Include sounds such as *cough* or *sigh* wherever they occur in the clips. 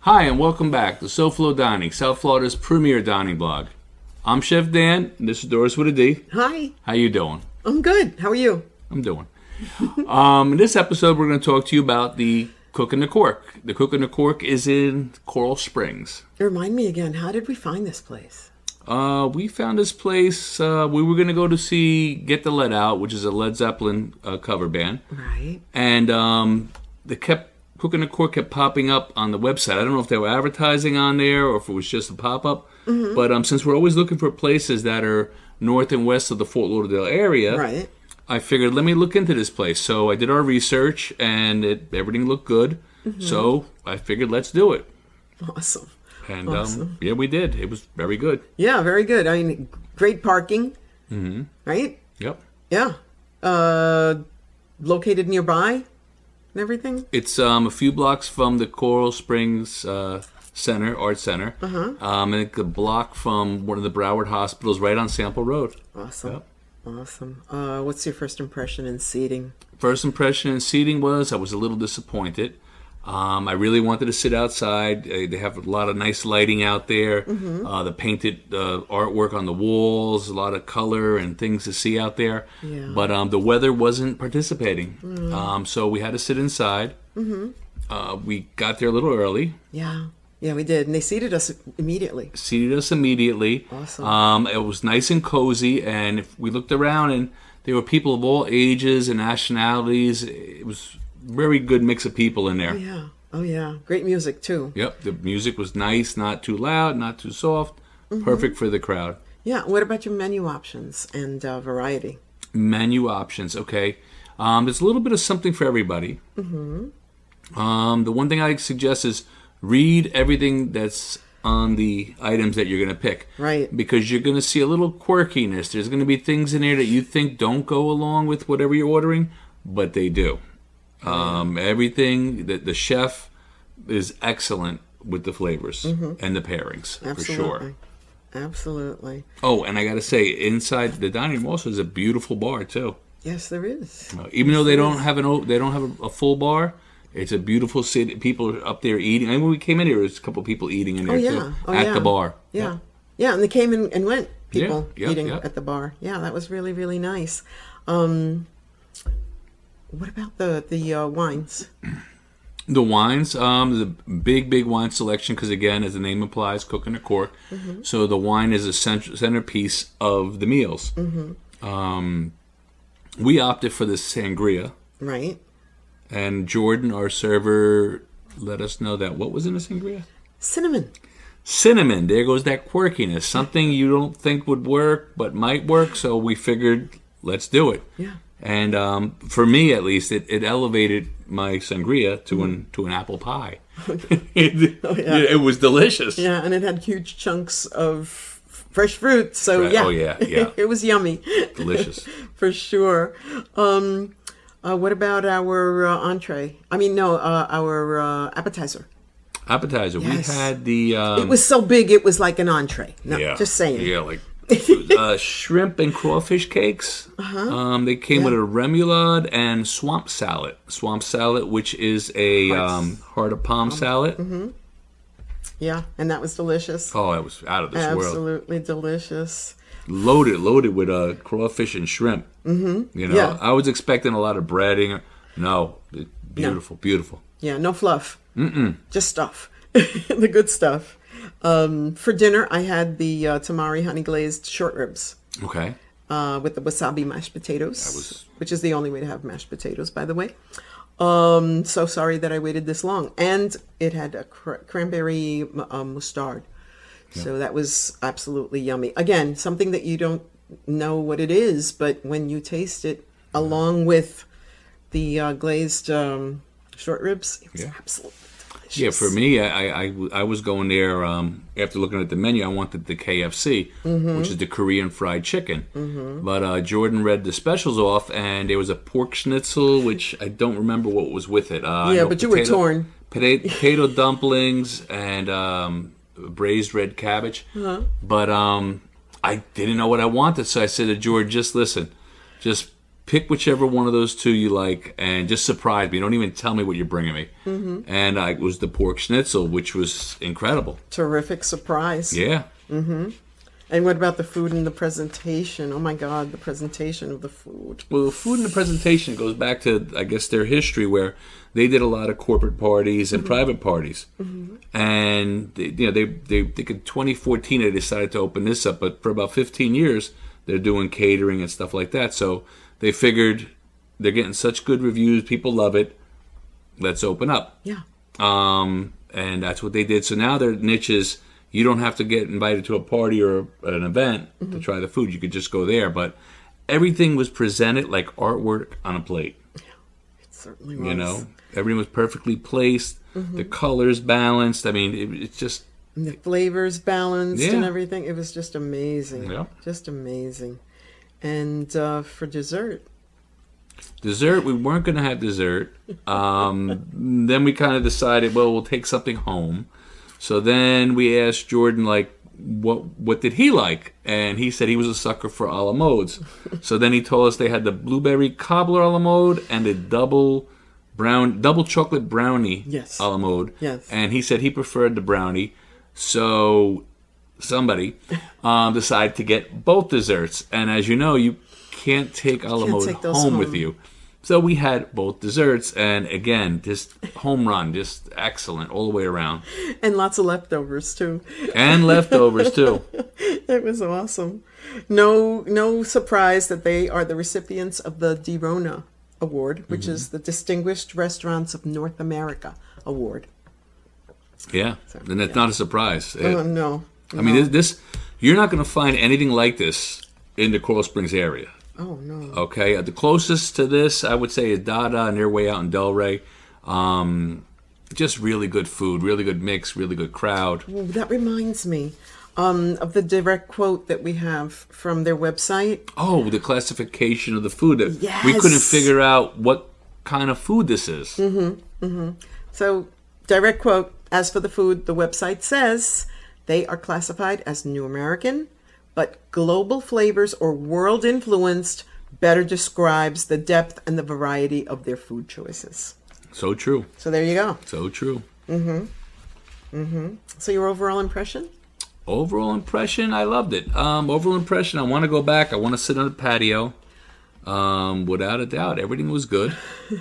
Hi, and welcome back to SoFlo Dining, South Florida's premier dining blog. I'm Chef Dan, and this is Doris with a D. Hi, How you doing? I'm good. How are you? I'm doing. *laughs* um, in this episode, we're going to talk to you about the Cook and the Cork. The Cook and the Cork is in Coral Springs. Remind me again, how did we find this place? Uh, we found this place. Uh, we were going to go to see Get the Lead Out, which is a Led Zeppelin uh, cover band. Right. and um, they kept Cook and the Court kept popping up on the website. I don't know if they were advertising on there or if it was just a pop up. Mm-hmm. But um, since we're always looking for places that are north and west of the Fort Lauderdale area, Right. I figured let me look into this place. So I did our research, and it everything looked good. Mm-hmm. So I figured let's do it, Awesome. and um, Awesome. yeah, we did. It was very good. Yeah, very good. I mean, great parking. Mm-hmm. Right? Yep, Yeah. Uh, located nearby and everything. it's um, a few blocks from the Coral Springs. Uh, Center, Art Center, uh-huh. um, and it's a block from one of the Broward hospitals, right on Sample Road. Awesome. Yep. Awesome. Uh, what's your first impression in seating? First impression and seating was I was a little disappointed. Um, I really wanted to sit outside. Uh, they have a lot of nice lighting out there. Uh, the painted uh, artwork on the walls, a lot of color and things to see out there. Yeah. But um, the weather wasn't participating, um, so we had to sit inside. Uh, we got there a little early, Yeah. Yeah, we did. And they seated us immediately. seated us immediately. Awesome. Um, it was nice and cozy, and if we looked around, and there were people of all ages and nationalities. It was very good mix of people in there. Yeah. Oh, yeah. Great music, too. Yep, the music was nice, not too loud, not too soft, Mm-hmm. perfect for the crowd. Yeah. What about your menu options and uh, variety? Menu options, okay. Um, there's a little bit of something for everybody. Mm-hmm. Um, the one thing I suggest is read everything that's on the items that you're going to pick. Right. because you're going to see a little quirkiness. There's going to be things in there that you think don't go along with whatever you're ordering, but they do. Um, everything that the chef is excellent with the flavors and the pairings for sure. Mm-hmm. Absolutely. Absolutely. Oh, and I got to say, inside the dining room also is a beautiful bar too. Yes, there is. Uh, Even though they don't have an o- they don't have a, a full bar. It's a beautiful city. People are up there eating. I mean, when we came in here, there was a couple people eating in there yeah. too Oh, at yeah. the bar. Yeah. Yeah, and they came and, and went, people Yeah, yeah, eating yeah. at the bar. Yeah, that was really, really nice. Um, what about the, the uh, wines? The wines, um, the big, big wine selection, because again, as the name implies, cooking a cork. So the wine is a cent- centerpiece of the meals. Um, we opted for the sangria, Right? and Jordan, our server, let us know that what was in the sangria? Cinnamon. Cinnamon. There goes that quirkiness, something you don't think would work, but might work. So we figured, let's do it. Yeah. And um, for me, at least, it, it elevated my sangria to Mm-hmm. an to an apple pie. *laughs* it, Oh, yeah. it was delicious. Yeah, and it had huge chunks of f- fresh fruit. So, Right. yeah. Oh, *laughs* yeah, yeah. it was yummy *laughs* Delicious. for sure. Um, uh, what about our uh, entree? I mean, no, uh, our uh, appetizer. Appetizer. Yes. We had the um, It was so big, it was like an entree. No, yeah, just saying. Yeah, *laughs* like uh, shrimp and crawfish cakes. Uh-huh. Um, they came with a remoulade and swamp salad. Swamp salad, which is a um, heart of palm Mm-hmm. salad. Yeah, and that was delicious. Oh, it was out of this world. Absolutely delicious. Loaded, loaded with uh, crawfish and shrimp. Mm-hmm. You know, Yeah. I was expecting a lot of breading. No, it- beautiful, beautiful. Yeah, no fluff. Mm-mm. Just stuff. *laughs* the good stuff. Um, for dinner, I had the uh, tamari honey glazed short ribs Okay. uh, with the wasabi mashed potatoes, was- which is the only way to have mashed potatoes, by the way. Um, so sorry that I waited this long. And it had a cr- cranberry m- um, mustard. So that was absolutely yummy. Again, something that you don't know what it is, but when you taste it along with the uh, glazed um, short ribs, it was Yeah. absolutely delicious. Yeah, for me, I, I- I w- I was going there um, after looking at the menu. I wanted the KFC, which is the Korean fried chicken. But uh, Jordan read the specials off, and there was a pork schnitzel, which I don't remember what was with it. Uh, I Yeah, know but you were torn. Potato, potato dumplings and um, braised red cabbage. Uh-huh. But um, I didn't know what I wanted, so I said to Jordan, "Just listen, just pick whichever one of those two you like and just surprise me. Don't even tell me what you're bringing me. Mm-hmm. And I it was the pork schnitzel, which was incredible. Terrific surprise. Yeah. And what about the food and the presentation? Oh my God, the presentation of the food. Well, the food and the presentation goes back to, I guess, their history where they did a lot of corporate parties and private parties, and they, you know they they I think in 2014 they decided to open this up, but for about 15 years they're doing catering and stuff like that. So they figured they're getting such good reviews, people love it. Let's open up. Yeah. Um, and that's what they did. So now their niche is you don't have to get invited to a party or an event to try the food. You could just go there. But everything was presented like artwork on a plate. It certainly was. You know, everything was perfectly placed. The colors balanced. I mean, it, it's just And the flavors balanced and Yeah. everything. It was just amazing. Yeah. Just amazing. And uh, for dessert, dessert. We weren't going to have dessert. Um, then we kind of decided, well, we'll take something home. So then we asked Jordan, like, what what did he like? And he said he was a sucker for a la modes. so then he told us they had the blueberry cobbler a la mode and a double brown double chocolate brownie Yes. a la mode. Yes. And he said he preferred the brownie. So somebody um, decided to get both desserts. And as you know, you can't take a la can't mode take those home home. with you. So we had both desserts, and again, just home run, just excellent all the way around, and lots of leftovers too. *laughs* and leftovers too. It was awesome. No, no surprise that they are the recipients of the DiRona Award, Mm-hmm. which is the Distinguished Restaurants of North America Award. Yeah, and that's not a surprise. It- Oh, no, I mean, this, this you're not going to find anything like this in the Coral Springs area. oh no, Okay, the closest to this I would say is Dada, and they're way out in Delray. Um, just really good food, really good mix, really good crowd. Ooh, that reminds me um, of the direct quote that we have from their website. Oh, the classification of the food that we couldn't Yes. Mm-hmm. figure out what kind of food this is. So, direct quote As for the food, the website says they are classified as New American, but global flavors or world influenced better describes the depth and the variety of their food choices. So true. So, there you go. So true. So, your overall impression? *laughs* Overall impression, I loved it. Um, overall impression, I want to go back. I want to sit on the patio. Um, without a doubt, everything was good.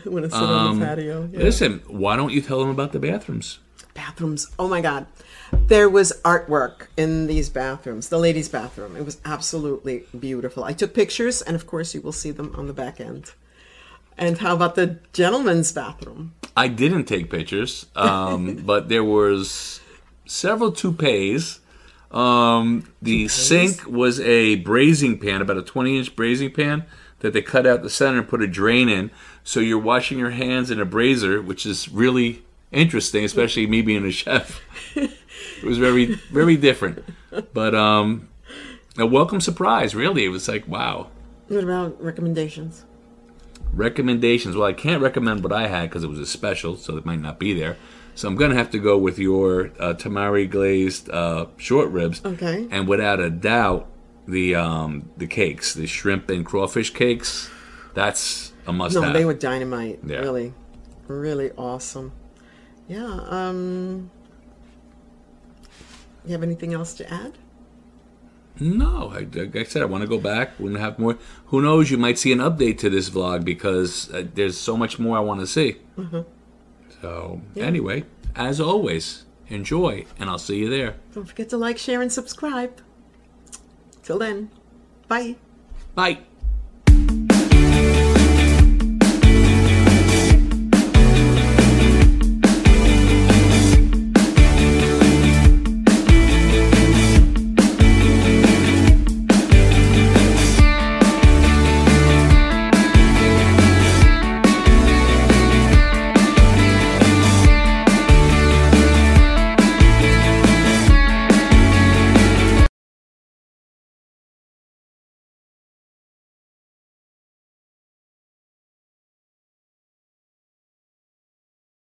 when I sit on the patio. yeah. Listen, why don't you tell them about the bathrooms? bathrooms. Oh my God. There was artwork in these bathrooms, the ladies' bathroom. It was absolutely beautiful. I took pictures, and of course, you will see them on the back end. And how about the gentlemen's bathroom? I didn't take pictures, um, but there was several toupees. Um, the sink was a braising pan, about a 20 inch braising pan that they cut out the center and put a drain in. So you're washing your hands in a braiser, which is really interesting, especially me being a chef. it was very, very different, but um, a welcome surprise. Really, it was like wow. What about recommendations? Recommendations. Well, I can't recommend what I had because it was a special, so it might not be there. So I'm gonna have to go with your uh, tamari glazed uh, short ribs. Okay. And without a doubt, the um, the cakes, the shrimp and crawfish cakes, that's a must No, have. they were dynamite. Yeah. Really, really awesome. Yeah. Um, you have anything else to add? No, I, like I said I want to go back. We're gonna have more. Who knows? You might see an update to this vlog because uh, there's so much more I want to see. Mm-hmm. So anyway, as always, enjoy, and I'll see you there. Don't forget to like, share, and subscribe. Till then, bye. Bye.